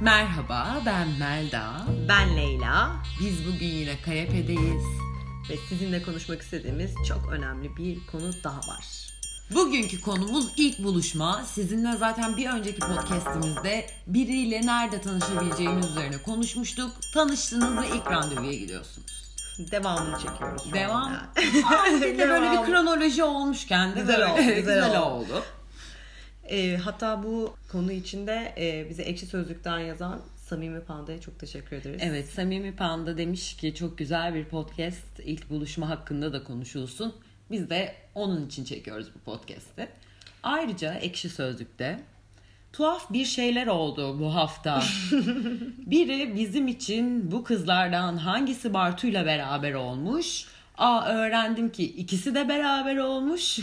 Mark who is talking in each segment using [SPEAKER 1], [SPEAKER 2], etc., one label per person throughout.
[SPEAKER 1] Merhaba, ben Melda.
[SPEAKER 2] Ben Leyla
[SPEAKER 1] Biz bugün yine kayapedeyiz.
[SPEAKER 2] ve sizinle konuşmak istediğimiz çok önemli bir konu daha var.
[SPEAKER 1] Bugünkü konumuz ilk buluşma. Sizinle zaten bir önceki podcastimizde biriyle nerede tanışabileceğimiz üzerine konuşmuştuk. Tanıştınız ve ilk randevuya gidiyorsunuz.
[SPEAKER 2] Devamını çekiyoruz. şu
[SPEAKER 1] Devam.
[SPEAKER 2] anda.
[SPEAKER 1] Bir de böyle bir
[SPEAKER 2] Devam.
[SPEAKER 1] kronoloji olmuşken de
[SPEAKER 2] Güzel
[SPEAKER 1] böyle-
[SPEAKER 2] oldu, güzel
[SPEAKER 1] oldu.
[SPEAKER 2] Ee, hatta bu konu içinde e, bize ekşi sözlükten yazan Samimi Panda'ya çok teşekkür ederiz.
[SPEAKER 1] Evet Samimi Panda demiş ki çok güzel bir podcast ilk buluşma hakkında da konuşulsun. Biz de onun için çekiyoruz bu podcast'i. Ayrıca Ekşi Sözlük'te tuhaf bir şeyler oldu bu hafta. Biri bizim için bu kızlardan hangisi Bartu'yla beraber olmuş? Aa öğrendim ki ikisi de beraber olmuş.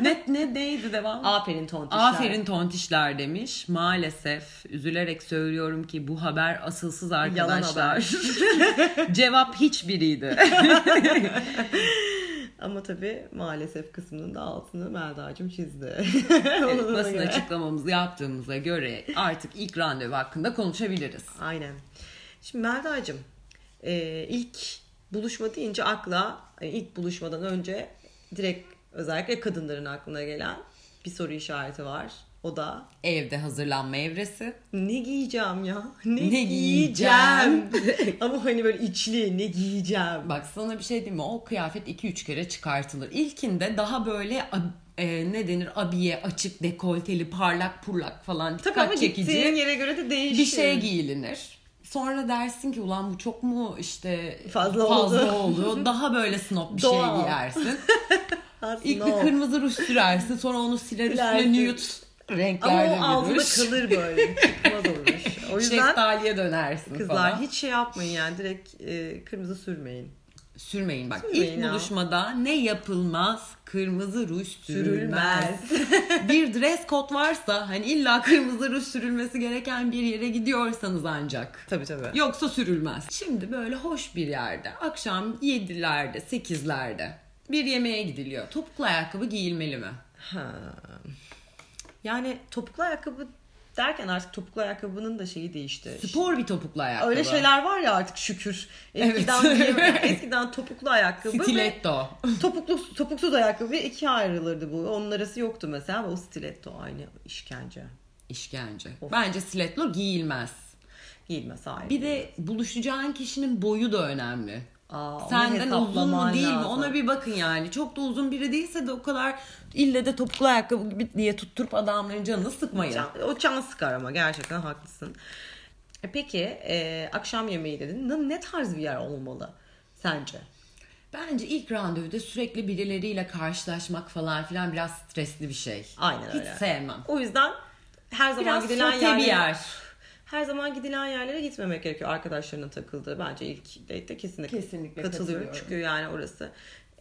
[SPEAKER 1] ne, ne neydi devam?
[SPEAKER 2] Aferin Tontişler.
[SPEAKER 1] Aferin tontişler demiş. Maalesef üzülerek söylüyorum ki bu haber asılsız arkadaşlar. Cevap hiçbiriydi.
[SPEAKER 2] Ama tabii maalesef kısmının da altını Melda'cığım çizdi.
[SPEAKER 1] Evet,
[SPEAKER 2] Ona
[SPEAKER 1] basın
[SPEAKER 2] göre.
[SPEAKER 1] açıklamamızı yaptığımıza göre artık ilk randevu hakkında konuşabiliriz.
[SPEAKER 2] Aynen. Şimdi Melda'cığım e, ilk buluşma deyince akla e, ilk buluşmadan önce direkt özellikle kadınların aklına gelen bir soru işareti var. O da
[SPEAKER 1] Evde hazırlanma evresi.
[SPEAKER 2] ne giyeceğim ya? Ne,
[SPEAKER 1] Ne
[SPEAKER 2] giyeceğim? Ama hani böyle içli ne giyeceğim?
[SPEAKER 1] Bak sana bir şey diyeyim mi? O kıyafet 2-3 kere çıkartılır. İlkinde daha böyle ab- e, ne denir abiye açık dekolteli parlak purlak falan
[SPEAKER 2] Tabii ama
[SPEAKER 1] dikkat çekici.
[SPEAKER 2] gittiğin yere göre de değişir.
[SPEAKER 1] bir şey giyilinir. Sonra dersin ki ulan bu çok mu işte
[SPEAKER 2] Fazla
[SPEAKER 1] fazla
[SPEAKER 2] oldu."
[SPEAKER 1] oldu. Daha böyle snob bir
[SPEAKER 2] Doğal.
[SPEAKER 1] şey giyersin.
[SPEAKER 2] Aslında
[SPEAKER 1] İlk
[SPEAKER 2] o.
[SPEAKER 1] bir kırmızı ruj sürersin. Sonra onu siler
[SPEAKER 2] Silersin.
[SPEAKER 1] üstüne nude
[SPEAKER 2] Ama
[SPEAKER 1] renklerle
[SPEAKER 2] o
[SPEAKER 1] bir
[SPEAKER 2] altında
[SPEAKER 1] ruj.
[SPEAKER 2] kalır böyle. Çıkmaz o ruj. O yüzden
[SPEAKER 1] Şeftaliye dönersin
[SPEAKER 2] kızlar
[SPEAKER 1] falan.
[SPEAKER 2] hiç şey yapmayın yani direkt e, kırmızı sürmeyin.
[SPEAKER 1] Sürmeyin bak.
[SPEAKER 2] Sürmeyin
[SPEAKER 1] İlk
[SPEAKER 2] ya.
[SPEAKER 1] buluşmada ne yapılmaz? Kırmızı ruj sürülmez.
[SPEAKER 2] Sürülmez.
[SPEAKER 1] bir dress code varsa hani illa kırmızı ruj sürülmesi gereken bir yere gidiyorsanız ancak.
[SPEAKER 2] tabii tabii.
[SPEAKER 1] Yoksa sürülmez. Şimdi böyle hoş bir yerde akşam 7'lerde 8'lerde bir yemeğe gidiliyor. Topuklu ayakkabı giyilmeli mi?
[SPEAKER 2] Ha. Yani topuklu ayakkabı derken artık topuklu ayakkabının da şeyi değişti.
[SPEAKER 1] Spor bir topuklu ayakkabı.
[SPEAKER 2] Öyle şeyler var ya artık şükür. Eskiden
[SPEAKER 1] Evet.
[SPEAKER 2] giyemem- eskiden topuklu ayakkabı ve
[SPEAKER 1] Stiletto.
[SPEAKER 2] topuklu topuksuz ayakkabı ikiye ayrılırdı bu. Onun arası yoktu mesela ama o stiletto aynı işkence.
[SPEAKER 1] İşkence.
[SPEAKER 2] Of.
[SPEAKER 1] Bence stiletto giyilmez.
[SPEAKER 2] Giyilmez aynı.
[SPEAKER 1] Bir de buluşacağın kişinin boyu da önemli.
[SPEAKER 2] Aa, onu
[SPEAKER 1] Senden uzun mu
[SPEAKER 2] hesaplaman
[SPEAKER 1] değil mi
[SPEAKER 2] lazım.
[SPEAKER 1] ona bir bakın yani. Çok da uzun biri değilse de o kadar ille de topuklu ayakkabı gibi diye tutturup adamların canını sıkmayın.
[SPEAKER 2] Can- o can sıkar ama gerçekten haklısın. E peki e, akşam yemeği dedin. Ne- Ne tarz bir yer olmalı sence?
[SPEAKER 1] Bence ilk randevuda sürekli birileriyle karşılaşmak falan filan biraz stresli bir şey.
[SPEAKER 2] Aynen öyle.
[SPEAKER 1] Hiç sevmem.
[SPEAKER 2] O yüzden her zaman
[SPEAKER 1] Biraz
[SPEAKER 2] gidilen
[SPEAKER 1] sote
[SPEAKER 2] yerlere,
[SPEAKER 1] bir yer.
[SPEAKER 2] her zaman gidilen yerlere gitmemek gerekiyor. Arkadaşlarının takıldığı bence ilk date'te kesinlikle,
[SPEAKER 1] Kesinlikle
[SPEAKER 2] katılıyorum.
[SPEAKER 1] katılıyorum.
[SPEAKER 2] Çünkü yani orası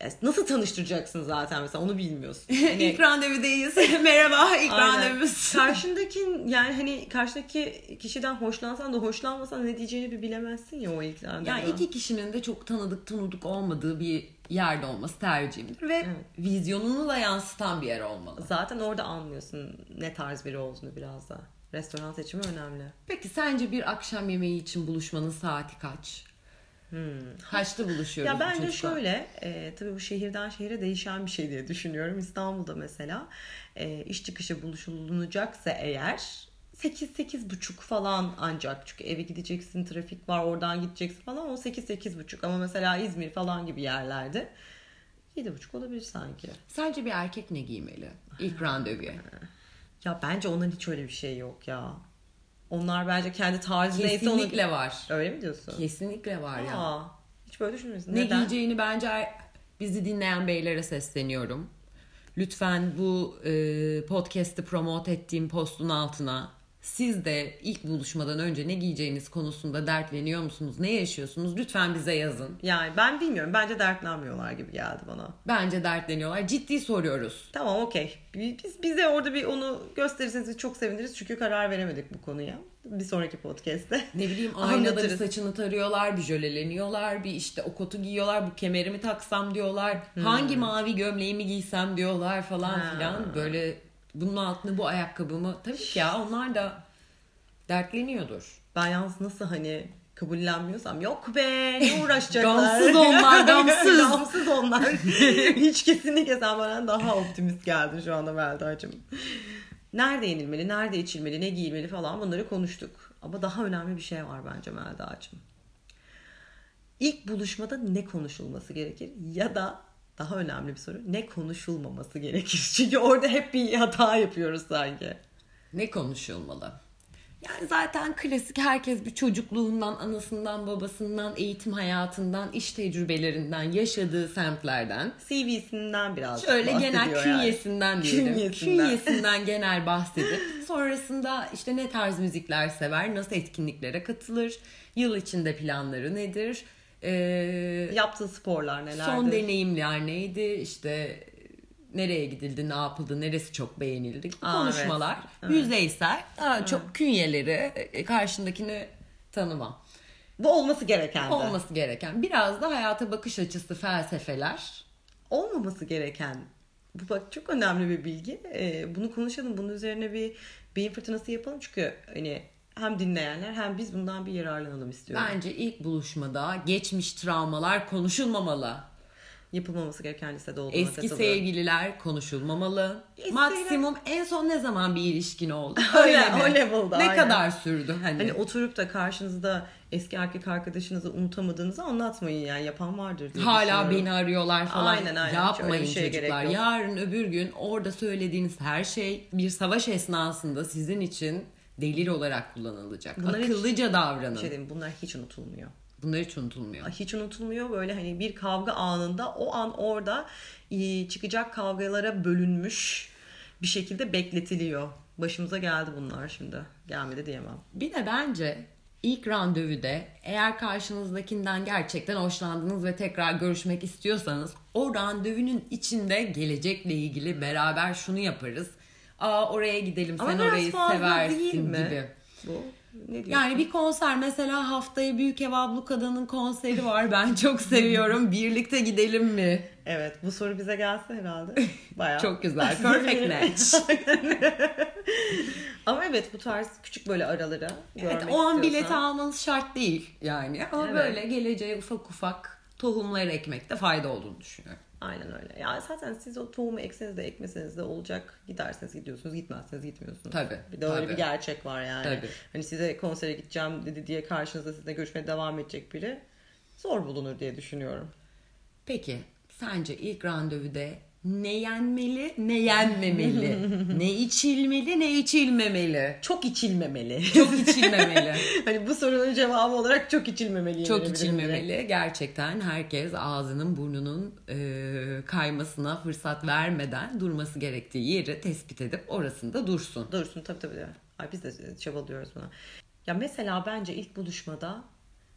[SPEAKER 2] Ya nasıl tanıştıracaksın zaten mesela onu bilmiyorsun.
[SPEAKER 1] ilk randevudeyiz. Merhaba ilk
[SPEAKER 2] Hani- Aynen.
[SPEAKER 1] randevumuz.
[SPEAKER 2] Karşındaki yani hani karşıdaki kişiden hoşlansan da hoşlanmasan ne diyeceğini bir bilemezsin ya o ilk randevuda.
[SPEAKER 1] Yani iki kişinin de çok tanıdık tanıdık olmadığı bir yerde olması tercihimdir. Ve vizyonunu da yansıtan bir yer olmalı.
[SPEAKER 2] Zaten orada anlıyorsun ne tarz biri olduğunu biraz da. Restoran seçimi önemli.
[SPEAKER 1] Peki sence bir akşam yemeği için buluşmanın saati kaç? Kaçta buluşuyoruz
[SPEAKER 2] Hmm. Ya
[SPEAKER 1] bu
[SPEAKER 2] bence
[SPEAKER 1] çocukla?
[SPEAKER 2] şöyle, e, tabii bu şehirden şehire değişen bir şey diye düşünüyorum. İstanbul'da mesela e, iş çıkışı buluşulunacaksa eğer 8 8 buçuk falan ancak çünkü eve gideceksin trafik var oradan gideceksin falan o 8 8 buçuk ama mesela İzmir falan gibi yerlerde 7 buçuk olabilir sanki.
[SPEAKER 1] Sence bir erkek ne giymeli ilk randevuya?
[SPEAKER 2] Ya bence onların hiç öyle bir şey yok ya. Onlar bence kendi tarzı neyse onu...
[SPEAKER 1] Kesinlikle var.
[SPEAKER 2] Öyle mi diyorsun?
[SPEAKER 1] Kesinlikle var ya.
[SPEAKER 2] Aa, hiç böyle
[SPEAKER 1] Ne
[SPEAKER 2] düşünmüyorsun. Neden?
[SPEAKER 1] giyeceğini bence er- bizi dinleyen beylere sesleniyorum. Lütfen bu e, podcast'i promote ettiğim postun altına siz de ilk buluşmadan önce ne giyeceğiniz konusunda dertleniyor musunuz? Ne yaşıyorsunuz? Lütfen bize yazın.
[SPEAKER 2] Yani ben bilmiyorum. Bence dertlenmiyorlar gibi geldi bana.
[SPEAKER 1] Bence dertleniyorlar. Ciddi soruyoruz.
[SPEAKER 2] Tamam okey. Biz bize orada bir onu gösterirseniz biz çok seviniriz. Çünkü karar veremedik bu konuya. Bir sonraki podcast'te.
[SPEAKER 1] Ne bileyim aynada bir
[SPEAKER 2] Anlatırız.
[SPEAKER 1] saçını tarıyorlar, bir jöleleniyorlar, bir işte o kotu giyiyorlar, bu kemerimi taksam diyorlar, hangi mavi gömleğimi giysem diyorlar falan
[SPEAKER 2] Ha.
[SPEAKER 1] filan. Böyle bunun altına bu ayakkabımı. Tabii ki ya onlar da Dertleniyordur.
[SPEAKER 2] Ben yalnız nasıl hani kabullenmiyorsam yok be ne uğraşacaklar.
[SPEAKER 1] Gamsız onlar, gamsız.
[SPEAKER 2] gamsız onlar. Hiç kesinlikle sen benden daha optimist geldin şu anda Melda'cığım. Nerede yenilmeli, nerede içilmeli, ne giyilmeli falan bunları konuştuk. Ama daha önemli bir şey var bence Melda'cığım. İlk buluşmada ne konuşulması gerekir ya da daha önemli bir soru ne konuşulmaması gerekir? Çünkü orada hep bir hata yapıyoruz sanki.
[SPEAKER 1] Ne konuşulmalı? Yani zaten klasik herkes bir çocukluğundan, anasından, babasından, eğitim hayatından, iş tecrübelerinden, yaşadığı semtlerden
[SPEAKER 2] CV'sinden biraz
[SPEAKER 1] Şöyle genel
[SPEAKER 2] bahsediyor yani.
[SPEAKER 1] künyesinden diyelim.
[SPEAKER 2] Künyesinden.
[SPEAKER 1] Künyesinden. genel bahsedip sonrasında işte ne tarz müzikler sever, nasıl etkinliklere katılır, yıl içinde planları nedir, ee,
[SPEAKER 2] Yaptığı sporlar nelerdir?
[SPEAKER 1] son deneyimler neydi, işte nereye gidildi, ne yapıldı, neresi çok beğenildi gibi
[SPEAKER 2] Aa,
[SPEAKER 1] konuşmalar. Yüzeysel, daha çok künyeleri, e, karşındakini tanıma.
[SPEAKER 2] Bu olması gereken de.
[SPEAKER 1] Olması gereken biraz da hayata bakış açısı, felsefeler.
[SPEAKER 2] Olmaması gereken. Bu bak çok önemli bir bilgi. Ee, bunu konuşalım. Bunun üzerine bir beyin fırtınası yapalım. Çünkü hani hem dinleyenler hem biz bundan bir yararlanalım istiyorum.
[SPEAKER 1] Bence ilk buluşmada geçmiş travmalar konuşulmamalı.
[SPEAKER 2] Yapılmaması gereken lisede olduğuna
[SPEAKER 1] Eski
[SPEAKER 2] katılıyorum.
[SPEAKER 1] sevgililer konuşulmamalı.
[SPEAKER 2] Eski
[SPEAKER 1] Maksimum en son ne zaman bir ilişkin oldu?
[SPEAKER 2] Öyle,
[SPEAKER 1] mi?
[SPEAKER 2] o level'da,
[SPEAKER 1] Ne
[SPEAKER 2] aynen.
[SPEAKER 1] kadar sürdü hani?
[SPEAKER 2] Hani oturup da karşınızda eski erkek arkadaşınızı unutamadığınızı anlatmayın yani yapan vardır diye
[SPEAKER 1] Hala
[SPEAKER 2] düşünüyorum.
[SPEAKER 1] beni arıyorlar falan.
[SPEAKER 2] şey Aynen, aynen. Hiç öyle
[SPEAKER 1] Yapmayın
[SPEAKER 2] bir şeye
[SPEAKER 1] çocuklar.
[SPEAKER 2] gerek yok.
[SPEAKER 1] Yarın öbür gün orada söylediğiniz her şey bir savaş esnasında sizin için delil olarak kullanılacak.
[SPEAKER 2] Bunlar hiç-
[SPEAKER 1] Akıllıca davranın.
[SPEAKER 2] Bir şey diyeyim, bunlar hiç unutulmuyor.
[SPEAKER 1] Bunlar hiç unutulmuyor.
[SPEAKER 2] hiç unutulmuyor böyle hani bir kavga anında o an orada e, çıkacak kavgalara bölünmüş bir şekilde bekletiliyor. Başımıza geldi bunlar şimdi. Gelmedi diyemem.
[SPEAKER 1] Bir de bence ilk randevuda eğer karşınızdakinden gerçekten hoşlandınız ve tekrar görüşmek istiyorsanız o randevunun içinde gelecekle ilgili beraber şunu yaparız. Aa oraya gidelim sen orayı seversin gibi.
[SPEAKER 2] Bu ne diyor?
[SPEAKER 1] Yani bir konser mesela haftaya Büyük Ev Ablukada'nın konseri var ben çok seviyorum birlikte gidelim mi?
[SPEAKER 2] Evet bu soru bize gelse herhalde. Bayağı.
[SPEAKER 1] Çok güzel perfect match.
[SPEAKER 2] Ama evet bu tarz küçük böyle aralara görmek
[SPEAKER 1] Evet, o an bileti
[SPEAKER 2] istiyorsan-
[SPEAKER 1] almanız şart değil yani ama
[SPEAKER 2] Evet.
[SPEAKER 1] böyle geleceğe ufak ufak tohumlar ekmekte fayda olduğunu düşünüyorum.
[SPEAKER 2] Aynen öyle. Ya zaten siz o tohumu ekseniz de ekmeseniz de olacak. Giderseniz gidiyorsunuz, gitmezseniz gitmiyorsunuz.
[SPEAKER 1] Tabii,
[SPEAKER 2] Bir de öyle
[SPEAKER 1] tabii.
[SPEAKER 2] bir gerçek var yani.
[SPEAKER 1] Tabii.
[SPEAKER 2] Hani size konsere gideceğim dedi diye karşınızda sizinle görüşmeye devam edecek biri zor bulunur diye düşünüyorum.
[SPEAKER 1] Peki sence ilk randevuda ne yenmeli ne yenmemeli? ne içilmeli ne içilmemeli?
[SPEAKER 2] Çok içilmemeli.
[SPEAKER 1] Çok içilmemeli.
[SPEAKER 2] hani bu sorunun cevabı olarak çok içilmemeli.
[SPEAKER 1] Çok
[SPEAKER 2] yenilebilirim direkt.
[SPEAKER 1] içilmemeli. Gerçekten herkes ağzının burnunun e, kaymasına fırsat vermeden durması gerektiği yeri tespit edip orasında dursun.
[SPEAKER 2] Dursun tabii tabii. Ay biz de çabalıyoruz buna. Ya mesela bence ilk buluşmada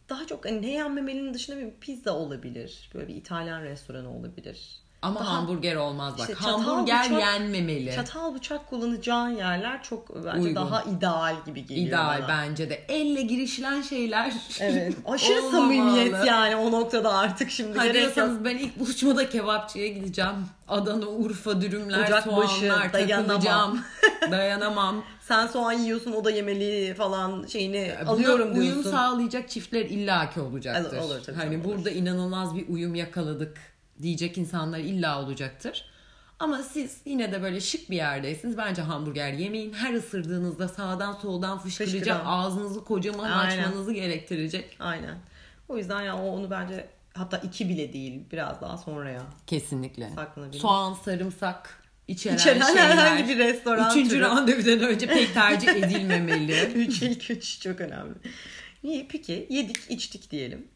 [SPEAKER 2] daha çok hani ne yenmemelinin dışında bir pizza olabilir. Böyle bir İtalyan restoranı olabilir.
[SPEAKER 1] Ama
[SPEAKER 2] Daha-
[SPEAKER 1] hamburger olmaz bak.
[SPEAKER 2] İşte çatal,
[SPEAKER 1] hamburger
[SPEAKER 2] bıçak-
[SPEAKER 1] yenmemeli.
[SPEAKER 2] Çatal bıçak kullanacağın yerler çok bence
[SPEAKER 1] Uygun.
[SPEAKER 2] daha ideal gibi geliyor
[SPEAKER 1] İdeal
[SPEAKER 2] bana.
[SPEAKER 1] bence de. Elle girişilen şeyler.
[SPEAKER 2] Evet. Aşırı
[SPEAKER 1] olmamalı.
[SPEAKER 2] samimiyet yani o noktada artık şimdi.
[SPEAKER 1] Hani
[SPEAKER 2] gerek yok.
[SPEAKER 1] diyorsanız ben ilk buluşmada kebapçıya gideceğim. Adana, Urfa dürümler,
[SPEAKER 2] Ocakbaşı,
[SPEAKER 1] soğanlar
[SPEAKER 2] dayanamam.
[SPEAKER 1] takılacağım. dayanamam.
[SPEAKER 2] Sen soğan yiyorsun o da yemeli falan şeyini
[SPEAKER 1] Buna
[SPEAKER 2] alıyorum
[SPEAKER 1] uyum
[SPEAKER 2] E, diyorsun.
[SPEAKER 1] sağlayacak çiftler illaki olacaktır.
[SPEAKER 2] Al- olur tabii,
[SPEAKER 1] hani
[SPEAKER 2] olur.
[SPEAKER 1] burada inanılmaz bir uyum yakaladık diyecek insanlar illa olacaktır. Ama siz yine de böyle şık bir yerdeysiniz. Bence hamburger yemeyin. Her ısırdığınızda sağdan soldan fışkıracak.
[SPEAKER 2] Fışkıran.
[SPEAKER 1] Ağzınızı kocaman
[SPEAKER 2] Aynen.
[SPEAKER 1] açmanızı gerektirecek.
[SPEAKER 2] Aynen. O yüzden ya o- onu bence hatta iki bile değil biraz daha sonraya.
[SPEAKER 1] Kesinlikle.
[SPEAKER 2] Saklanabilir.
[SPEAKER 1] Soğan, sarımsak içeren,
[SPEAKER 2] İçeren
[SPEAKER 1] şeyler.
[SPEAKER 2] herhangi bir restoran
[SPEAKER 1] Üçüncü
[SPEAKER 2] türü.
[SPEAKER 1] randevudan önce pek tercih edilmemeli.
[SPEAKER 2] Üç ilk üç çok önemli. Niye? Peki yedik içtik diyelim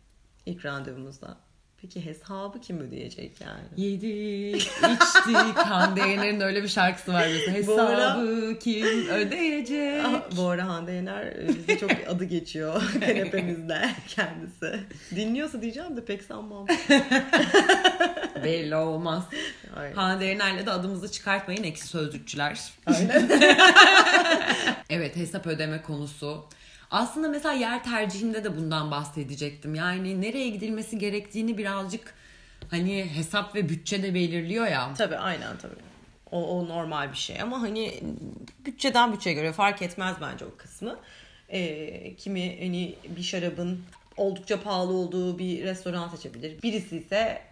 [SPEAKER 2] ilk randevumuzda. Peki hesabı kim ödeyecek yani?
[SPEAKER 1] Yedik, içtik. Hande Yener'in öyle bir şarkısı var mesela.
[SPEAKER 2] Bu ara-
[SPEAKER 1] Hesabı kim ödeyecek?
[SPEAKER 2] Ah, Bu ara Hande Yener e, bizde çok adı geçiyor kanepemizde kendisi. Dinliyorsa diyeceğim de pek sanmam.
[SPEAKER 1] Belli olmaz.
[SPEAKER 2] Aynen.
[SPEAKER 1] Hande Yener'le de adımızı çıkartmayın eksi sözcükçüler. evet hesap ödeme konusu. Aslında mesela yer tercihinde de bundan bahsedecektim. Yani nereye gidilmesi gerektiğini birazcık hani hesap ve bütçe de belirliyor ya.
[SPEAKER 2] Tabii aynen tabii. O, o normal bir şey ama hani bütçeden bütçeye göre fark etmez bence o kısmı. E, kimi hani bir şarabın oldukça pahalı olduğu bir restoran seçebilir. Birisi ise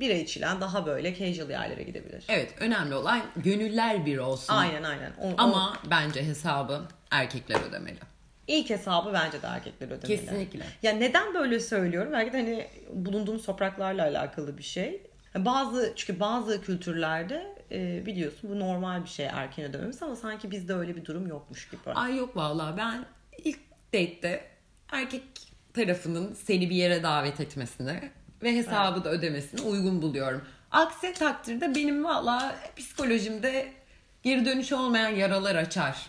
[SPEAKER 2] bira içilen daha böyle casual yerlere gidebilir.
[SPEAKER 1] Evet önemli olan gönüller bir olsun.
[SPEAKER 2] Aynen aynen. O- o-
[SPEAKER 1] Ama bence hesabı erkekler ödemeli.
[SPEAKER 2] İlk hesabı bence de erkekler ödemeli.
[SPEAKER 1] Kesinlikle.
[SPEAKER 2] Ya neden böyle söylüyorum? Belki de hani bulunduğum topraklarla alakalı bir şey. Bazı çünkü bazı kültürlerde e, biliyorsun bu normal bir şey erken ödememiz ama sanki bizde öyle bir durum yokmuş gibi.
[SPEAKER 1] Ay yok vallahi ben ilk date'te erkek tarafının seni bir yere davet etmesini ve hesabı da ödemesini uygun buluyorum. Aksi takdirde benim valla psikolojimde geri dönüşü olmayan yaralar açar.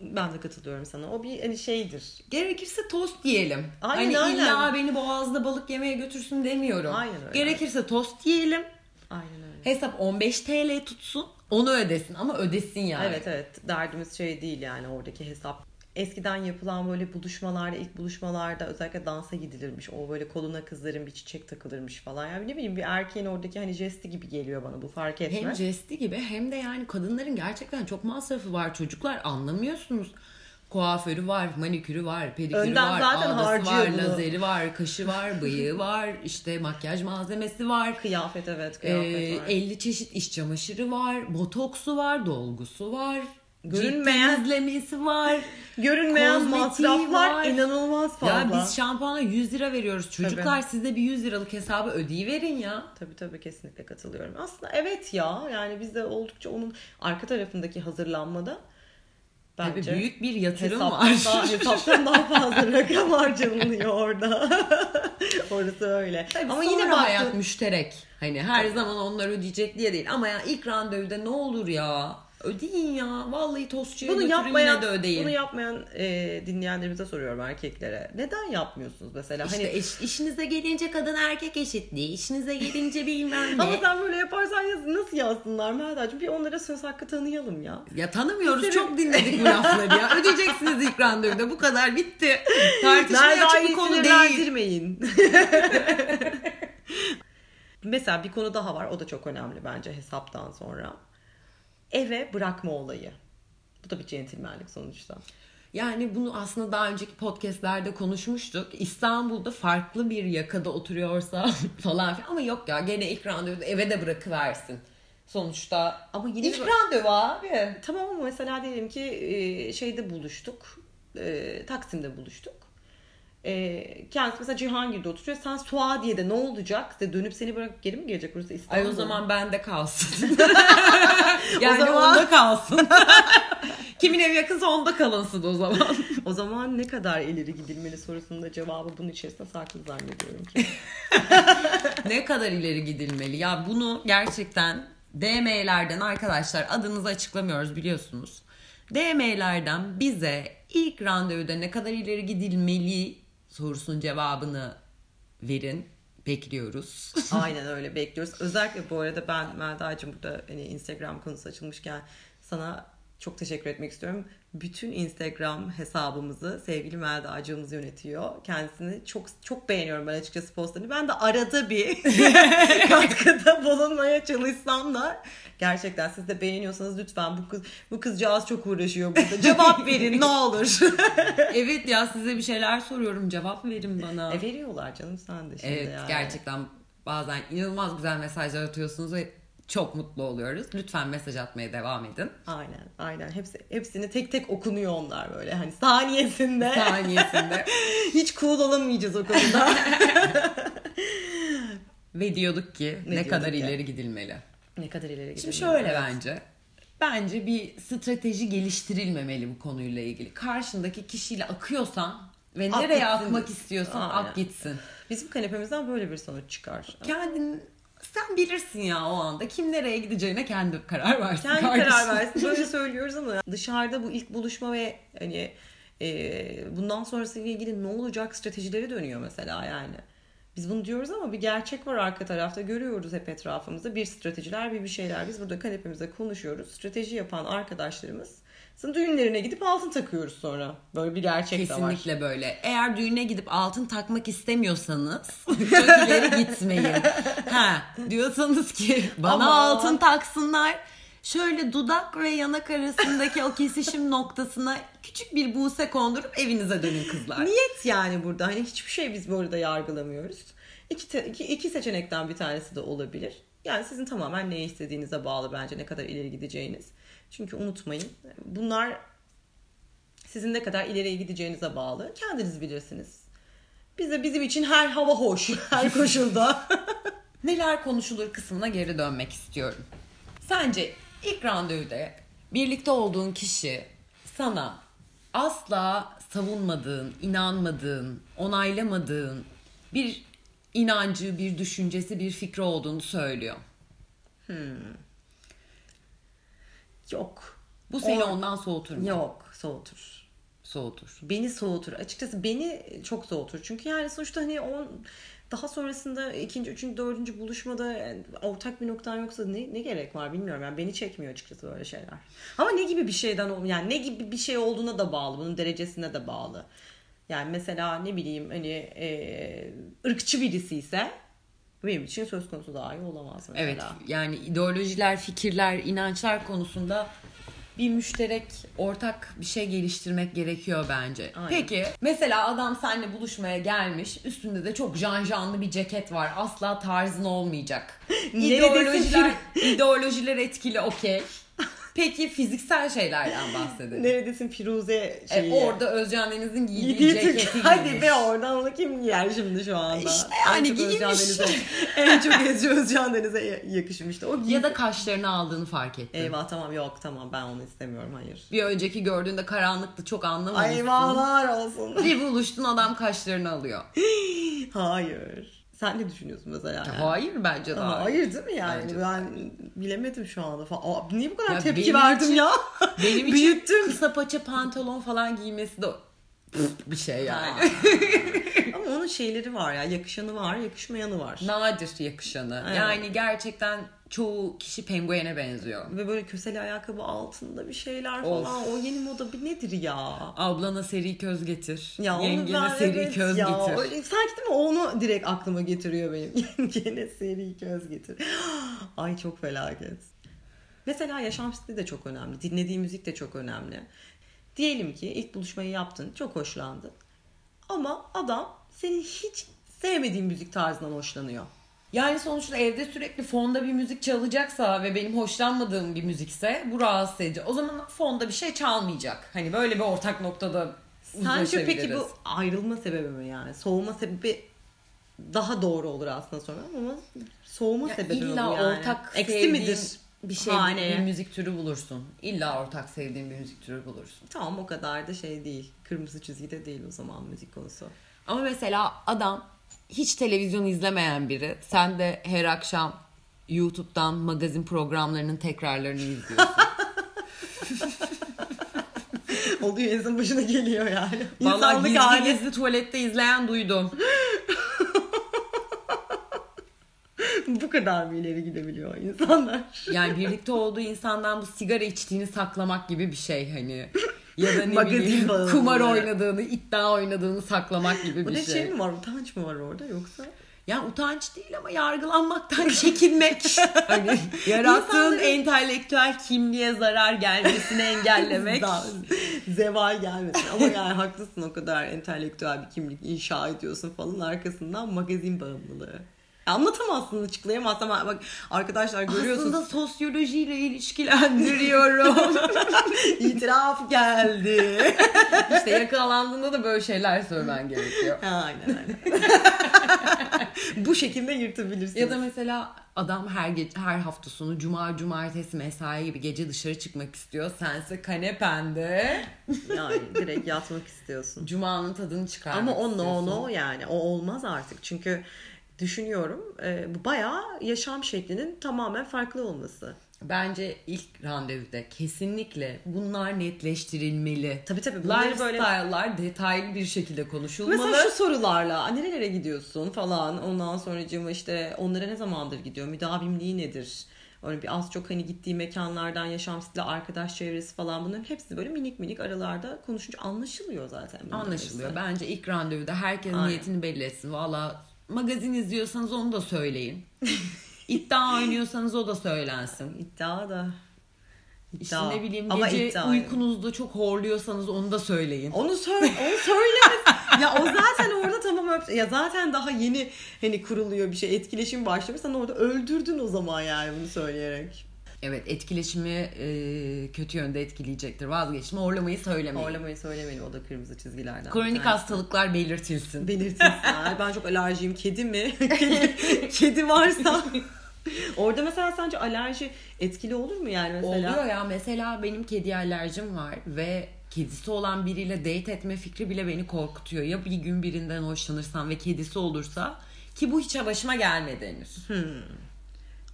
[SPEAKER 2] Ben de katılıyorum sana. O bir hani şeydir.
[SPEAKER 1] Gerekirse tost yiyelim.
[SPEAKER 2] Aynen,
[SPEAKER 1] hani illa
[SPEAKER 2] aynen.
[SPEAKER 1] beni boğazda balık yemeye götürsün demiyorum.
[SPEAKER 2] Aynen öyle.
[SPEAKER 1] Gerekirse tost yiyelim.
[SPEAKER 2] Aynen öyle.
[SPEAKER 1] Hesap 15 TL tutsun. Onu ödesin ama ödesin yani.
[SPEAKER 2] Evet evet derdimiz şey değil yani oradaki hesap. Eskiden yapılan böyle buluşmalarda ilk buluşmalarda özellikle dansa gidilirmiş. O böyle koluna kızların bir çiçek takılırmış falan. Yani ne bileyim bir erkeğin oradaki hani jesti gibi geliyor bana bu fark etmez.
[SPEAKER 1] Hem jesti gibi hem de yani kadınların gerçekten çok masrafı var çocuklar anlamıyorsunuz. Kuaförü var, manikürü var, pedikürü
[SPEAKER 2] Önden
[SPEAKER 1] var,
[SPEAKER 2] zaten
[SPEAKER 1] ağdası
[SPEAKER 2] harcıyor
[SPEAKER 1] var,
[SPEAKER 2] bunu.
[SPEAKER 1] lazeri var, kaşı var, bıyığı var, işte makyaj malzemesi var.
[SPEAKER 2] Kıyafet evet
[SPEAKER 1] Ee,
[SPEAKER 2] kıyafet var.
[SPEAKER 1] 50 çeşit iş çamaşırı var, botoksu var, dolgusu var,
[SPEAKER 2] Görünmeyen-
[SPEAKER 1] cilt temizlemesi var.
[SPEAKER 2] Görünmeyen
[SPEAKER 1] kozmetiği
[SPEAKER 2] masraflar
[SPEAKER 1] var.
[SPEAKER 2] inanılmaz fazla.
[SPEAKER 1] Ya biz şampanya 100 lira veriyoruz çocuklar siz de bir 100 liralık hesabı ödeyiverin ya.
[SPEAKER 2] Tabii tabii kesinlikle katılıyorum. Aslında evet ya yani bizde oldukça onun arka tarafındaki hazırlanmada
[SPEAKER 1] Tabii
[SPEAKER 2] bence
[SPEAKER 1] büyük bir yatırım
[SPEAKER 2] hesaptan daha,
[SPEAKER 1] var.
[SPEAKER 2] hesaptan daha fazla rakam harcanılıyor orada. Orası öyle.
[SPEAKER 1] Ama yine hayat
[SPEAKER 2] baktın-
[SPEAKER 1] müşterek. Hani her zaman onlar ödeyecek diye değil. Ama ya ilk randevuda ne olur ya. Ödeyin ya. Vallahi tostçuya
[SPEAKER 2] bunu
[SPEAKER 1] götürün yine
[SPEAKER 2] yapmayan,
[SPEAKER 1] de ödeyin.
[SPEAKER 2] bunu yapmayan e, dinleyenlerimize soruyorum erkeklere. Neden yapmıyorsunuz mesela?
[SPEAKER 1] işte
[SPEAKER 2] hani
[SPEAKER 1] eş- işinize gelince kadın erkek eşitliği. işinize gelince bilmem
[SPEAKER 2] ama
[SPEAKER 1] ne.
[SPEAKER 2] sen böyle yaparsan yaz, nasıl yazsınlar Melda'cığım? Bir onlara söz hakkı tanıyalım ya.
[SPEAKER 1] Ya tanımıyoruz.
[SPEAKER 2] Senin-
[SPEAKER 1] Çok dinledik bu lafları ya. Ödeyeceksiniz ilk randevuda. Bu kadar bitti. Tartışmaya açık bir konu değil.
[SPEAKER 2] sinirlendirmeyin. Mesela bir konu daha var. O da çok önemli bence hesaptan sonra. Eve bırakma olayı. Bu da bir centilmenlik sonuçta.
[SPEAKER 1] Yani bunu aslında daha önceki podcastlerde konuşmuştuk. İstanbul'da farklı bir yakada oturuyorsa falan filan. Ama yok ya gene ilk randevuda eve de bırakıversin. Sonuçta
[SPEAKER 2] Ama yine
[SPEAKER 1] ilk
[SPEAKER 2] de-
[SPEAKER 1] randevu abi.
[SPEAKER 2] Tamam ama mesela diyelim ki e, şeyde buluştuk. E, Taksim'de buluştuk. E, kendisi mesela Cihangir'de oturuyor. Sen Suadiye'de ne olacak? De dönüp seni bırakıp geri mi gelecek? Burası İstanbul.
[SPEAKER 1] Ay o zaman bende kalsın. yani
[SPEAKER 2] O zaman-
[SPEAKER 1] onda kalsın. Kimin ev yakınsa onda kalınsın o zaman.
[SPEAKER 2] o zaman ne kadar ileri gidilmeli sorusunun da cevabı bunun içerisinde saklı zannediyorum ki.
[SPEAKER 1] ne kadar ileri gidilmeli ya bunu gerçekten DM'lerden arkadaşlar adınızı açıklamıyoruz biliyorsunuz. DM'lerden bize ilk randevuda ne kadar ileri gidilmeli sorusunun cevabını verin. Bekliyoruz.
[SPEAKER 2] Aynen öyle bekliyoruz. Özellikle bu arada ben Melda'cığım burada hani Instagram konusu açılmışken sana çok teşekkür etmek istiyorum. Bütün Instagram hesabımızı sevgili Melda'cığımız yönetiyor. Kendisini çok çok beğeniyorum ben açıkçası postlarını. Ben de arada bir katkıda bulunmaya çalışsam da gerçekten siz de beğeniyorsanız lütfen bu kız bu kızcağız çok uğraşıyor burada. Cevap verin ne olur.
[SPEAKER 1] evet ya size bir şeyler soruyorum cevap verin bana.
[SPEAKER 2] e, veriyorlar canım sen de şimdi
[SPEAKER 1] Evet
[SPEAKER 2] yani.
[SPEAKER 1] gerçekten bazen inanılmaz güzel mesajlar atıyorsunuz ve çok mutlu oluyoruz. Lütfen mesaj atmaya devam edin.
[SPEAKER 2] Aynen aynen hepsi hepsini tek tek okunuyor onlar böyle hani saniyesinde.
[SPEAKER 1] Saniyesinde.
[SPEAKER 2] Hiç cool olamayacağız o konuda.
[SPEAKER 1] Ve diyorduk ki ne,
[SPEAKER 2] diyorduk
[SPEAKER 1] kadar
[SPEAKER 2] ki?
[SPEAKER 1] ileri gidilmeli.
[SPEAKER 2] ne kadar ileri
[SPEAKER 1] Şimdi
[SPEAKER 2] gidelim.
[SPEAKER 1] şöyle bence. Bence bir strateji geliştirilmemeli bu konuyla ilgili. Karşındaki kişiyle akıyorsan ve
[SPEAKER 2] Ak
[SPEAKER 1] nereye
[SPEAKER 2] gitsin.
[SPEAKER 1] akmak istiyorsan
[SPEAKER 2] Aynen.
[SPEAKER 1] ak gitsin.
[SPEAKER 2] Bizim kanepemizden böyle bir sonuç çıkar.
[SPEAKER 1] Kendin sen bilirsin ya o anda kim nereye gideceğine kendi karar versin.
[SPEAKER 2] Kendi
[SPEAKER 1] kardeşim.
[SPEAKER 2] karar versin. Böyle söylüyoruz ama dışarıda bu ilk buluşma ve hani e, bundan sonrasıyla ilgili ne olacak stratejileri dönüyor mesela yani. Biz bunu diyoruz ama bir gerçek var arka tarafta görüyoruz hep etrafımızda bir stratejiler bir bir şeyler. Biz burada kanepemizde konuşuyoruz. Strateji yapan arkadaşlarımız düğünlerine gidip altın takıyoruz sonra. Böyle bir gerçek de var.
[SPEAKER 1] Kesinlikle böyle. Eğer düğüne gidip altın takmak istemiyorsanız çok ileri gitmeyin. Ha, diyorsanız ki bana
[SPEAKER 2] Ama-
[SPEAKER 1] altın taksınlar. Şöyle dudak ve yanak arasındaki o kesişim noktasına küçük bir buse kondurup evinize dönün kızlar.
[SPEAKER 2] Niyet yani burada. Hani hiçbir şey biz bu arada yargılamıyoruz. İki, te- iki, iki seçenekten bir tanesi de olabilir. Yani sizin tamamen ne istediğinize bağlı bence ne kadar ileri gideceğiniz. Çünkü unutmayın bunlar sizin ne kadar ileriye gideceğinize bağlı. Kendiniz bilirsiniz. Bize bizim için her hava hoş, her koşulda.
[SPEAKER 1] Neler konuşulur kısmına geri dönmek istiyorum. Sence ilk randevuda birlikte olduğun kişi sana asla savunmadığın, inanmadığın, onaylamadığın bir inancı, bir düşüncesi, bir fikri olduğunu söylüyor.
[SPEAKER 2] Yok.
[SPEAKER 1] Bu seni
[SPEAKER 2] O-
[SPEAKER 1] ondan soğutur mu?
[SPEAKER 2] Yok, soğutur.
[SPEAKER 1] Soğutur.
[SPEAKER 2] beni soğutur. Açıkçası beni çok soğutur. Çünkü yani sonuçta hani on daha sonrasında ikinci, üçüncü, dördüncü buluşmada yani ortak bir noktan yoksa ne, ne gerek var bilmiyorum. Yani beni çekmiyor açıkçası böyle şeyler. Ama ne gibi bir şeyden ol- yani ne gibi bir şey olduğuna da bağlı. Bunun derecesine de bağlı. Yani mesela ne bileyim hani eee, ırkçı birisi ise benim için söz konusu dahi olamaz mesela.
[SPEAKER 1] Evet yani ideolojiler, fikirler, inançlar konusunda bir müşterek, ortak bir şey geliştirmek gerekiyor bence.
[SPEAKER 2] Aynen.
[SPEAKER 1] Peki mesela adam seninle buluşmaya gelmiş üstünde de çok janjanlı bir ceket var asla tarzın olmayacak.
[SPEAKER 2] Neredesin
[SPEAKER 1] ideolojiler, ideolojiler etkili okey. Peki fiziksel şeylerden bahsedelim.
[SPEAKER 2] Neredesin Firuze
[SPEAKER 1] E,
[SPEAKER 2] şeyi.
[SPEAKER 1] orada Özcan Deniz'in giydiği
[SPEAKER 2] şey? Giydiği
[SPEAKER 1] ceketi
[SPEAKER 2] tek- Hadi
[SPEAKER 1] giymiş.
[SPEAKER 2] be oradan ona kim giyer şimdi şu anda?
[SPEAKER 1] İşte
[SPEAKER 2] En
[SPEAKER 1] yani
[SPEAKER 2] çok
[SPEAKER 1] giymiş.
[SPEAKER 2] Özcan Deniz'e- en çok Ezgi Özcan Deniz'e ya- yakışmıştı. O giy-
[SPEAKER 1] Ya da kaşlarını aldığını fark ettim.
[SPEAKER 2] Eyvah tamam yok tamam ben onu istemiyorum hayır.
[SPEAKER 1] Bir önceki gördüğünde karanlıktı çok anlamamışsın.
[SPEAKER 2] Eyvahlar olsun.
[SPEAKER 1] Bir buluştun adam kaşlarını alıyor.
[SPEAKER 2] hayır. Sen ne düşünüyorsun mesela? yani?
[SPEAKER 1] Hayır bence daha.
[SPEAKER 2] Ama hayır değil mi yani?
[SPEAKER 1] Bence de
[SPEAKER 2] ben bilemedim şu anda falan. Aa, niye bu kadar
[SPEAKER 1] Ya
[SPEAKER 2] tepki
[SPEAKER 1] benim
[SPEAKER 2] verdim
[SPEAKER 1] için-
[SPEAKER 2] ya?
[SPEAKER 1] Benim için
[SPEAKER 2] Büyüttüm.
[SPEAKER 1] kısa paça pantolon falan giymesi de Pf, bir şey yani.
[SPEAKER 2] Ama onun şeyleri var ya. Yakışanı var, yakışmayanı var.
[SPEAKER 1] Nadir yakışanı.
[SPEAKER 2] Evet.
[SPEAKER 1] Yani gerçekten çoğu kişi penguene benziyor.
[SPEAKER 2] Ve böyle köseli ayakkabı altında bir şeyler
[SPEAKER 1] Of.
[SPEAKER 2] falan. O yeni moda bir nedir ya?
[SPEAKER 1] Ablana seri köz getir.
[SPEAKER 2] Ya onu
[SPEAKER 1] Yengene
[SPEAKER 2] ben-
[SPEAKER 1] seri
[SPEAKER 2] evet
[SPEAKER 1] köz
[SPEAKER 2] ya,
[SPEAKER 1] getir.
[SPEAKER 2] o- Sanki değil mi onu direkt aklıma getiriyor benim. Yengene seri köz getir. Ay çok felaket. Mesela yaşam stili de çok önemli. Dinlediği müzik de çok önemli. Diyelim ki ilk buluşmayı yaptın. Çok hoşlandın. Ama adam senin hiç sevmediğin müzik tarzından hoşlanıyor.
[SPEAKER 1] Yani sonuçta evde sürekli fonda bir müzik çalacaksa ve benim hoşlanmadığım bir müzikse bu rahatsız edici. O zaman fonda bir şey çalmayacak. Hani böyle bir ortak noktada
[SPEAKER 2] Sence peki bu
[SPEAKER 1] uzlaşabiliriz.
[SPEAKER 2] ayrılma sebebi mi yani? Soğuma sebebi daha doğru olur aslında sonra ama soğuma
[SPEAKER 1] Ya
[SPEAKER 2] sebebi mi bu
[SPEAKER 1] illa
[SPEAKER 2] yani?
[SPEAKER 1] ortak
[SPEAKER 2] Eksi
[SPEAKER 1] sevdiğin
[SPEAKER 2] midir
[SPEAKER 1] bir şey
[SPEAKER 2] haneye?
[SPEAKER 1] bir müzik türü bulursun. İlla ortak sevdiğin bir müzik türü bulursun.
[SPEAKER 2] Tamam o kadar da şey değil. Kırmızı çizgide değil o zaman müzik konusu.
[SPEAKER 1] Ama mesela adam hiç televizyon izlemeyen biri. Sen de her akşam YouTube'dan magazin programlarının tekrarlarını izliyorsun.
[SPEAKER 2] Oluyor insanın başına geliyor yani.
[SPEAKER 1] Vallahi
[SPEAKER 2] İnsanlık
[SPEAKER 1] gizli
[SPEAKER 2] hali.
[SPEAKER 1] gizli tuvalette izleyen duydum.
[SPEAKER 2] Bu kadar mı ileri gidebiliyor insanlar?
[SPEAKER 1] Yani birlikte olduğu insandan bu sigara içtiğini saklamak gibi bir şey hani. Ya da ne
[SPEAKER 2] Magazin
[SPEAKER 1] bileyim
[SPEAKER 2] bağımlılığı.
[SPEAKER 1] kumar oynadığını, iddia oynadığını saklamak gibi
[SPEAKER 2] Bu
[SPEAKER 1] bir
[SPEAKER 2] da
[SPEAKER 1] şey.
[SPEAKER 2] şey mi var? Utanç mı var orada yoksa?
[SPEAKER 1] Yani utanç değil ama yargılanmaktan çekinmek. hani yarattığın
[SPEAKER 2] İnsanların-
[SPEAKER 1] entelektüel kimliğe zarar gelmesini engellemek.
[SPEAKER 2] Z- Zeval gelmesin. Ama yani haklısın o kadar entelektüel bir kimlik inşa ediyorsun falan arkasından magazin bağımlılığı. Anlatamazsın, açıklayamazsın ama bak arkadaşlar görüyorsunuz.
[SPEAKER 1] Aslında sosyolojiyle ilişkilendiriyorum.
[SPEAKER 2] itiraf geldi.
[SPEAKER 1] işte yakalandığında da böyle şeyler söylemen gerekiyor.
[SPEAKER 2] aynen aynen. Bu şekilde yırtabilirsiniz.
[SPEAKER 1] Ya da mesela adam her gece, her hafta sonu cuma cumartesi mesai gibi gece dışarı çıkmak istiyor. Sense kanepende
[SPEAKER 2] Yani direkt yatmak istiyorsun.
[SPEAKER 1] cumanın tadını çıkar.
[SPEAKER 2] Ama o no no yani o olmaz artık. Çünkü düşünüyorum e, bu bayağı yaşam şeklinin tamamen farklı olması.
[SPEAKER 1] Bence ilk randevuda kesinlikle bunlar netleştirilmeli.
[SPEAKER 2] Tabii tabii bunları böyle
[SPEAKER 1] Lifestyle'lar detaylı bir şekilde konuşulmalı.
[SPEAKER 2] Mesela şu sorularla "Aa, nerelere gidiyorsun falan ondan sonracığıma işte onlara ne zamandır gidiyor müdavimliği nedir? Öyle bir az çok hani gittiği mekanlardan yaşam stili arkadaş çevresi falan bunların hepsi böyle minik minik aralarda konuşunca anlaşılıyor zaten. bunların
[SPEAKER 1] Anlaşılıyor.
[SPEAKER 2] hepsi.
[SPEAKER 1] Bence ilk randevuda herkes
[SPEAKER 2] Aynen.
[SPEAKER 1] niyetini belli etsin. Valla magazin izliyorsanız onu da söyleyin. İddia oynuyorsanız o da söylensin.
[SPEAKER 2] İddia da
[SPEAKER 1] İşte
[SPEAKER 2] İddia.
[SPEAKER 1] ne bileyim
[SPEAKER 2] Ama
[SPEAKER 1] gece
[SPEAKER 2] iddia yani.
[SPEAKER 1] uykunuzda çok horluyorsanız onu da söyleyin.
[SPEAKER 2] Onu söyle, onu söylemez. ya o zaten orada tamam öp- ya zaten daha yeni hani kuruluyor bir şey etkileşim başlamış. Sen orada öldürdün o zaman yani bunu söyleyerek.
[SPEAKER 1] Evet etkileşimi e, kötü yönde etkileyecektir. Vazgeçme horlamayı söylemeyin.
[SPEAKER 2] Horlamayı söylemeyin o da kırmızı çizgilerden. bir
[SPEAKER 1] Hmm. Kronik
[SPEAKER 2] tanesi.
[SPEAKER 1] hastalıklar belirtilsin.
[SPEAKER 2] belirtilsinler. ben çok alerjiyim. Kedi mi? kedi, kedi varsa. Orada mesela sence alerji etkili olur mu yani mesela?
[SPEAKER 1] Oluyor ya mesela benim kedi alerjim var ve kedisi olan biriyle date etme fikri bile beni korkutuyor. Ya bir gün birinden hoşlanırsam ve kedisi olursa ki bu hiç başıma gelmedi henüz.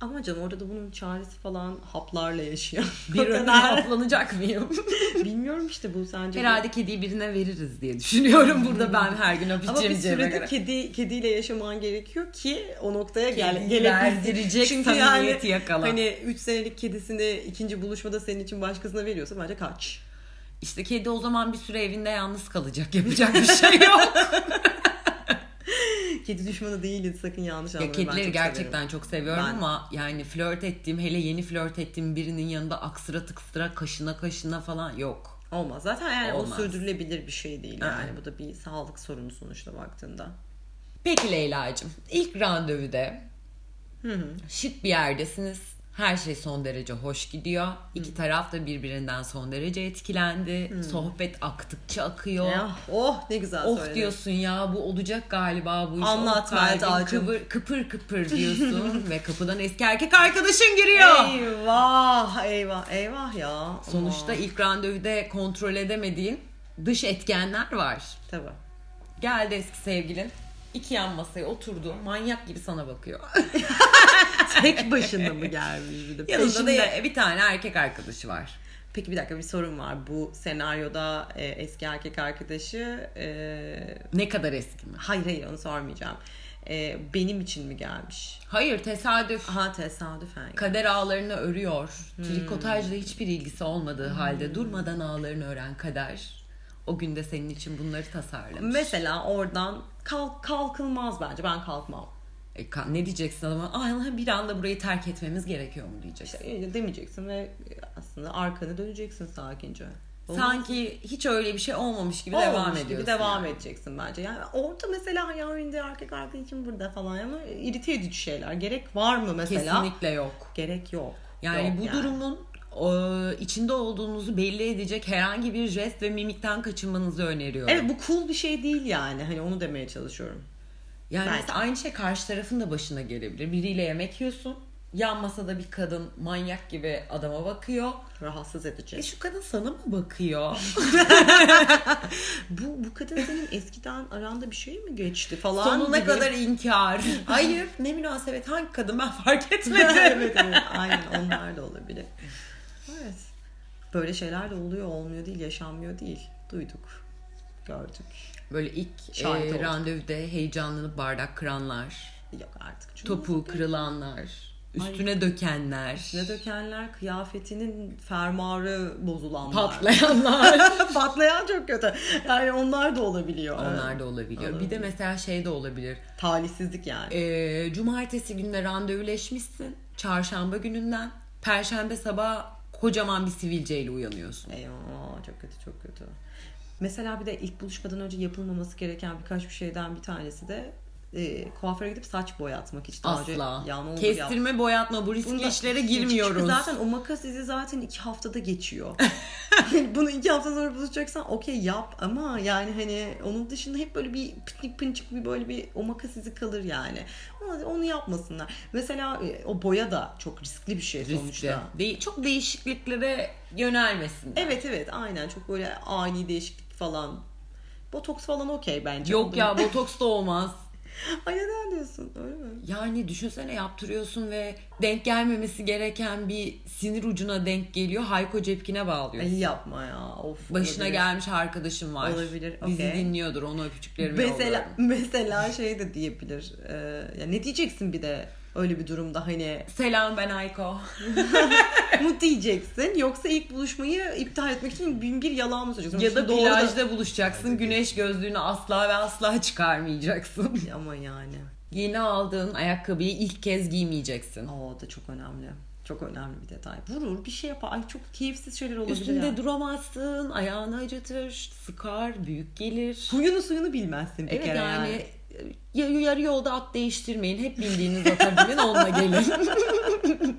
[SPEAKER 2] Ama canım orada da bunun çaresi falan haplarla yaşıyor.
[SPEAKER 1] Bir
[SPEAKER 2] O
[SPEAKER 1] ömür
[SPEAKER 2] kadar-
[SPEAKER 1] haplanacak mıyım?
[SPEAKER 2] Bilmiyorum işte bu sence.
[SPEAKER 1] Herhalde kediyi birine veririz diye düşünüyorum. Burada ben her gün hap
[SPEAKER 2] Ama bir
[SPEAKER 1] içemeyeceğime
[SPEAKER 2] sürede
[SPEAKER 1] göre.
[SPEAKER 2] kedi kediyle yaşaman gerekiyor ki o noktaya gel
[SPEAKER 1] Kediyi
[SPEAKER 2] gelebilsin.
[SPEAKER 1] verdirecek samimiyeti yakala.
[SPEAKER 2] Hani 3 senelik kedisini ikinci buluşmada senin için başkasına veriyorsa bence kaç.
[SPEAKER 1] İşte kedi o zaman bir süre evinde yalnız kalacak. Yapacak bir şey yok.
[SPEAKER 2] Kedi düşmanı değiliz sakın yanlış
[SPEAKER 1] ya
[SPEAKER 2] anlamayın. Ben
[SPEAKER 1] kedileri
[SPEAKER 2] çok
[SPEAKER 1] gerçekten
[SPEAKER 2] severim.
[SPEAKER 1] çok seviyorum
[SPEAKER 2] Ben-
[SPEAKER 1] ama yani flört ettiğim hele yeni flört ettiğim birinin yanında aksıra tıksıra kaşına kaşına falan yok.
[SPEAKER 2] Olmaz. Zaten yani
[SPEAKER 1] Olmaz.
[SPEAKER 2] o sürdürülebilir bir şey değil
[SPEAKER 1] Aa.
[SPEAKER 2] yani. Bu da bir sağlık sorunu sonuçta baktığında.
[SPEAKER 1] Peki Leyla'cığım ilk randevuda
[SPEAKER 2] Hı hı.
[SPEAKER 1] şık bir yerdesiniz. Her şey son derece hoş gidiyor. İki taraf da birbirinden son derece etkilendi. Sohbet aktıkça akıyor.
[SPEAKER 2] Ya, oh ne güzel
[SPEAKER 1] Of
[SPEAKER 2] söyledin.
[SPEAKER 1] diyorsun ya bu olacak galiba bu iş.
[SPEAKER 2] Anlat
[SPEAKER 1] Of kalbim
[SPEAKER 2] Meltacığım.
[SPEAKER 1] Kıpır, kıpır kıpır diyorsun ve kapıdan eski erkek arkadaşın giriyor.
[SPEAKER 2] Eyvah eyvah eyvah ya.
[SPEAKER 1] Sonuçta ilk randevuda kontrol edemediğin dış etkenler var.
[SPEAKER 2] Tabii.
[SPEAKER 1] Geldi eski sevgilin. iki yan masaya oturdu. Manyak gibi sana bakıyor.
[SPEAKER 2] Tek başına mı gelmiş bir de?
[SPEAKER 1] Yanında
[SPEAKER 2] Peşinde-
[SPEAKER 1] da bir tane erkek arkadaşı var.
[SPEAKER 2] Peki bir dakika bir sorun var. Bu senaryoda e, eski erkek arkadaşı e,
[SPEAKER 1] Ne kadar eski mi?
[SPEAKER 2] hayır hayır onu sormayacağım. E, benim için mi gelmiş?
[SPEAKER 1] Hayır tesadüf.
[SPEAKER 2] Ha tesadüfen.
[SPEAKER 1] Kader ağlarını örüyor. Trikotajla hiçbir ilgisi olmadığı halde durmadan ağlarını ören kader. O gün de senin için bunları tasarlamış.
[SPEAKER 2] Mesela oradan kalk, kalkılmaz bence. Ben kalkmam.
[SPEAKER 1] E, ka- ne diyeceksin ama Ay, bir anda burayı terk etmemiz gerekiyor mu diyeceksin.
[SPEAKER 2] E, demeyeceksin ve aslında arkanı döneceksin sakince. Olmaz.
[SPEAKER 1] Sanki hiç öyle bir şey olmamış gibi
[SPEAKER 2] Olmamış
[SPEAKER 1] devam
[SPEAKER 2] gibi
[SPEAKER 1] ediyorsun.
[SPEAKER 2] devam edeceksin bence. Yani orada mesela ya önde erkek arkadaşım için burada falan ama irite edici şeyler. Gerek var mı mesela?
[SPEAKER 1] Kesinlikle yok.
[SPEAKER 2] Gerek yok.
[SPEAKER 1] Yani
[SPEAKER 2] Yok
[SPEAKER 1] bu durumun e, içinde olduğunuzu belli edecek herhangi bir jest ve mimikten kaçınmanızı öneriyorum.
[SPEAKER 2] Evet bu cool bir şey değil yani. Hani onu demeye çalışıyorum.
[SPEAKER 1] Yani
[SPEAKER 2] Bence.
[SPEAKER 1] mesela aynı şey karşı tarafın da başına gelebilir. Biriyle yemek yiyorsun. Yan masada bir kadın manyak gibi adama bakıyor.
[SPEAKER 2] Rahatsız edici.
[SPEAKER 1] E şu kadın sana mı bakıyor?
[SPEAKER 2] Bu bu kadın senin eskiden aranda bir şey mi geçti falan
[SPEAKER 1] Sonuna
[SPEAKER 2] gibi.
[SPEAKER 1] kadar inkar. Hayır ne münasebet hangi kadın ben fark
[SPEAKER 2] evet,
[SPEAKER 1] etmedim.
[SPEAKER 2] evet, evet. Hani aynen onlar da olabilir. Evet. Böyle şeyler de oluyor, olmuyor değil, yaşanmıyor değil. Duyduk, gördük.
[SPEAKER 1] Böyle ilk
[SPEAKER 2] Şahit
[SPEAKER 1] e,
[SPEAKER 2] oldum.
[SPEAKER 1] randevuda heyecanlanıp bardak kıranlar,
[SPEAKER 2] Yok artık. Çünkü
[SPEAKER 1] topuğu kırılanlar, üstüne dökenler,
[SPEAKER 2] Ne dökenler, kıyafetinin fermuarı bozulanlar.
[SPEAKER 1] patlayanlar.
[SPEAKER 2] Patlayan çok kötü. Yani onlar da olabiliyor.
[SPEAKER 1] Onlar da olabiliyor. Bir de mesela şey de olabilir.
[SPEAKER 2] Talihsizlik yani.
[SPEAKER 1] Ee, cumartesi gününe randevuleşmişsin. Çarşamba gününden perşembe sabah kocaman bir sivilceyle uyanıyorsun.
[SPEAKER 2] Eyvah çok kötü çok kötü. Mesela bir de ilk buluşmadan önce yapılmaması gereken birkaç bir şeyden bir tanesi de e, kuaföre gidip saç boyatmak hiç daha önce
[SPEAKER 1] Asla.
[SPEAKER 2] ya ne olur yap.
[SPEAKER 1] Kestirme, boyatma bu riskli
[SPEAKER 2] Bunda-
[SPEAKER 1] işlere
[SPEAKER 2] Çünkü
[SPEAKER 1] girmiyoruz.
[SPEAKER 2] Zaten o makas izi zaten iki haftada geçiyor. Yani Bunu iki hafta sonra buluşacaksan okey yap ama yani hani onun dışında hep böyle bir pıçık pınçık bir böyle bir o makas izi kalır yani. Onu, onu yapmasınlar. Mesela e, o boya da çok riskli bir şey
[SPEAKER 1] Riskli.
[SPEAKER 2] sonuçta.
[SPEAKER 1] De- çok değişikliklere yönelmesin.
[SPEAKER 2] Evet evet aynen çok böyle ani değişiklik falan. Botoks falan okey bence.
[SPEAKER 1] Yok ya botoks da olmaz.
[SPEAKER 2] Ay neden diyorsun öyle mi?
[SPEAKER 1] Yani düşünsene yaptırıyorsun ve denk gelmemesi gereken bir sinir ucuna denk geliyor. Hayko Cepkin'e bağlıyorsun.
[SPEAKER 2] Ay yapma ya of.
[SPEAKER 1] Başına
[SPEAKER 2] olabilir.
[SPEAKER 1] gelmiş arkadaşım var.
[SPEAKER 2] Olabilir,
[SPEAKER 1] Bizi
[SPEAKER 2] okey.
[SPEAKER 1] dinliyordur. Ona öpücüklerimi
[SPEAKER 2] Mesela,
[SPEAKER 1] yolluyorum.
[SPEAKER 2] mesela şey de diyebilir. Ee, ya ne diyeceksin bir de öyle bir durumda hani
[SPEAKER 1] Selam ben Hayko.
[SPEAKER 2] mu diyeceksin yoksa ilk buluşmayı iptal etmek için bin bir yalan mı söyleyeceksin?
[SPEAKER 1] ya da
[SPEAKER 2] Doğru da-
[SPEAKER 1] plajda buluşacaksın. Güneş gözlüğünü asla ve asla çıkarmayacaksın.
[SPEAKER 2] Ama yani
[SPEAKER 1] Yeni aldığın ayakkabıyı ilk kez giymeyeceksin.
[SPEAKER 2] o da çok önemli. Çok önemli bir detay. Vurur bir şey yapar. Ay çok keyifsiz şeyler olabilir.
[SPEAKER 1] Üstünde
[SPEAKER 2] yani.
[SPEAKER 1] duramazsın, ayağını acıtır, sıkar, büyük gelir.
[SPEAKER 2] Suyunu suyunu bilmezsin bir
[SPEAKER 1] Evet
[SPEAKER 2] kere yani.
[SPEAKER 1] yani, ya- yarı yolda at değiştirmeyin. Hep bildiğiniz ata binin onunla gelin.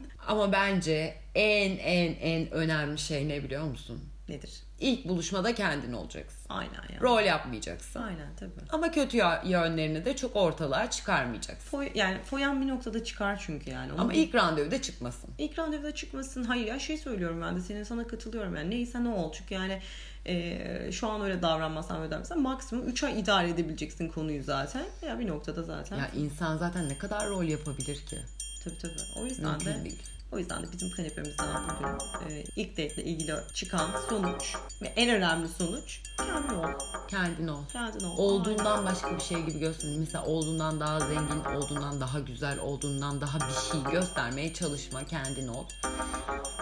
[SPEAKER 1] Ama bence en en en önemli şey ne biliyor musun?
[SPEAKER 2] Nedir?
[SPEAKER 1] İlk buluşmada kendin olacaksın.
[SPEAKER 2] Aynen ya.
[SPEAKER 1] Rol yapmayacaksın.
[SPEAKER 2] Aynen tabii.
[SPEAKER 1] Ama kötü ya- yönlerini de çok ortalığa çıkarmayacaksın.
[SPEAKER 2] Foy, yani foyan bir noktada çıkar çünkü yani. Onu
[SPEAKER 1] Ama ilk randevuda çıkmasın.
[SPEAKER 2] İlk randevuda çıkmasın. Hayır ya şey söylüyorum ben de senin sana katılıyorum yani neyse ne ol çünkü yani e, şu an öyle davranmasan öyle davranmasan maksimum 3 ay idare edebileceksin konuyu zaten ya bir noktada zaten
[SPEAKER 1] Ya insan zaten ne kadar rol yapabilir ki?
[SPEAKER 2] tabii tabii o yüzden
[SPEAKER 1] Mümkün
[SPEAKER 2] de
[SPEAKER 1] değil.
[SPEAKER 2] o yüzden de bizim kanepemizden bugün e, ilk date ilgili çıkan sonuç ve en önemli sonuç kendin ol
[SPEAKER 1] Kendin ol.
[SPEAKER 2] kendin ol
[SPEAKER 1] Olduğundan başka bir şey gibi göstermek. Mesela olduğundan daha zengin, olduğundan daha güzel, olduğundan daha bir şey göstermeye çalışma. Kendin ol.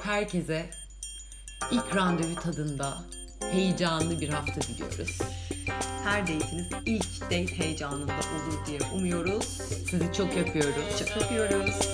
[SPEAKER 1] Herkese ilk randevu tadında heyecanlı bir hafta diliyoruz.
[SPEAKER 2] Aynen. her date'iniz ilk date heyecanında olur diye umuyoruz
[SPEAKER 1] Sizi çok öpüyoruz.
[SPEAKER 2] çok öpüyoruz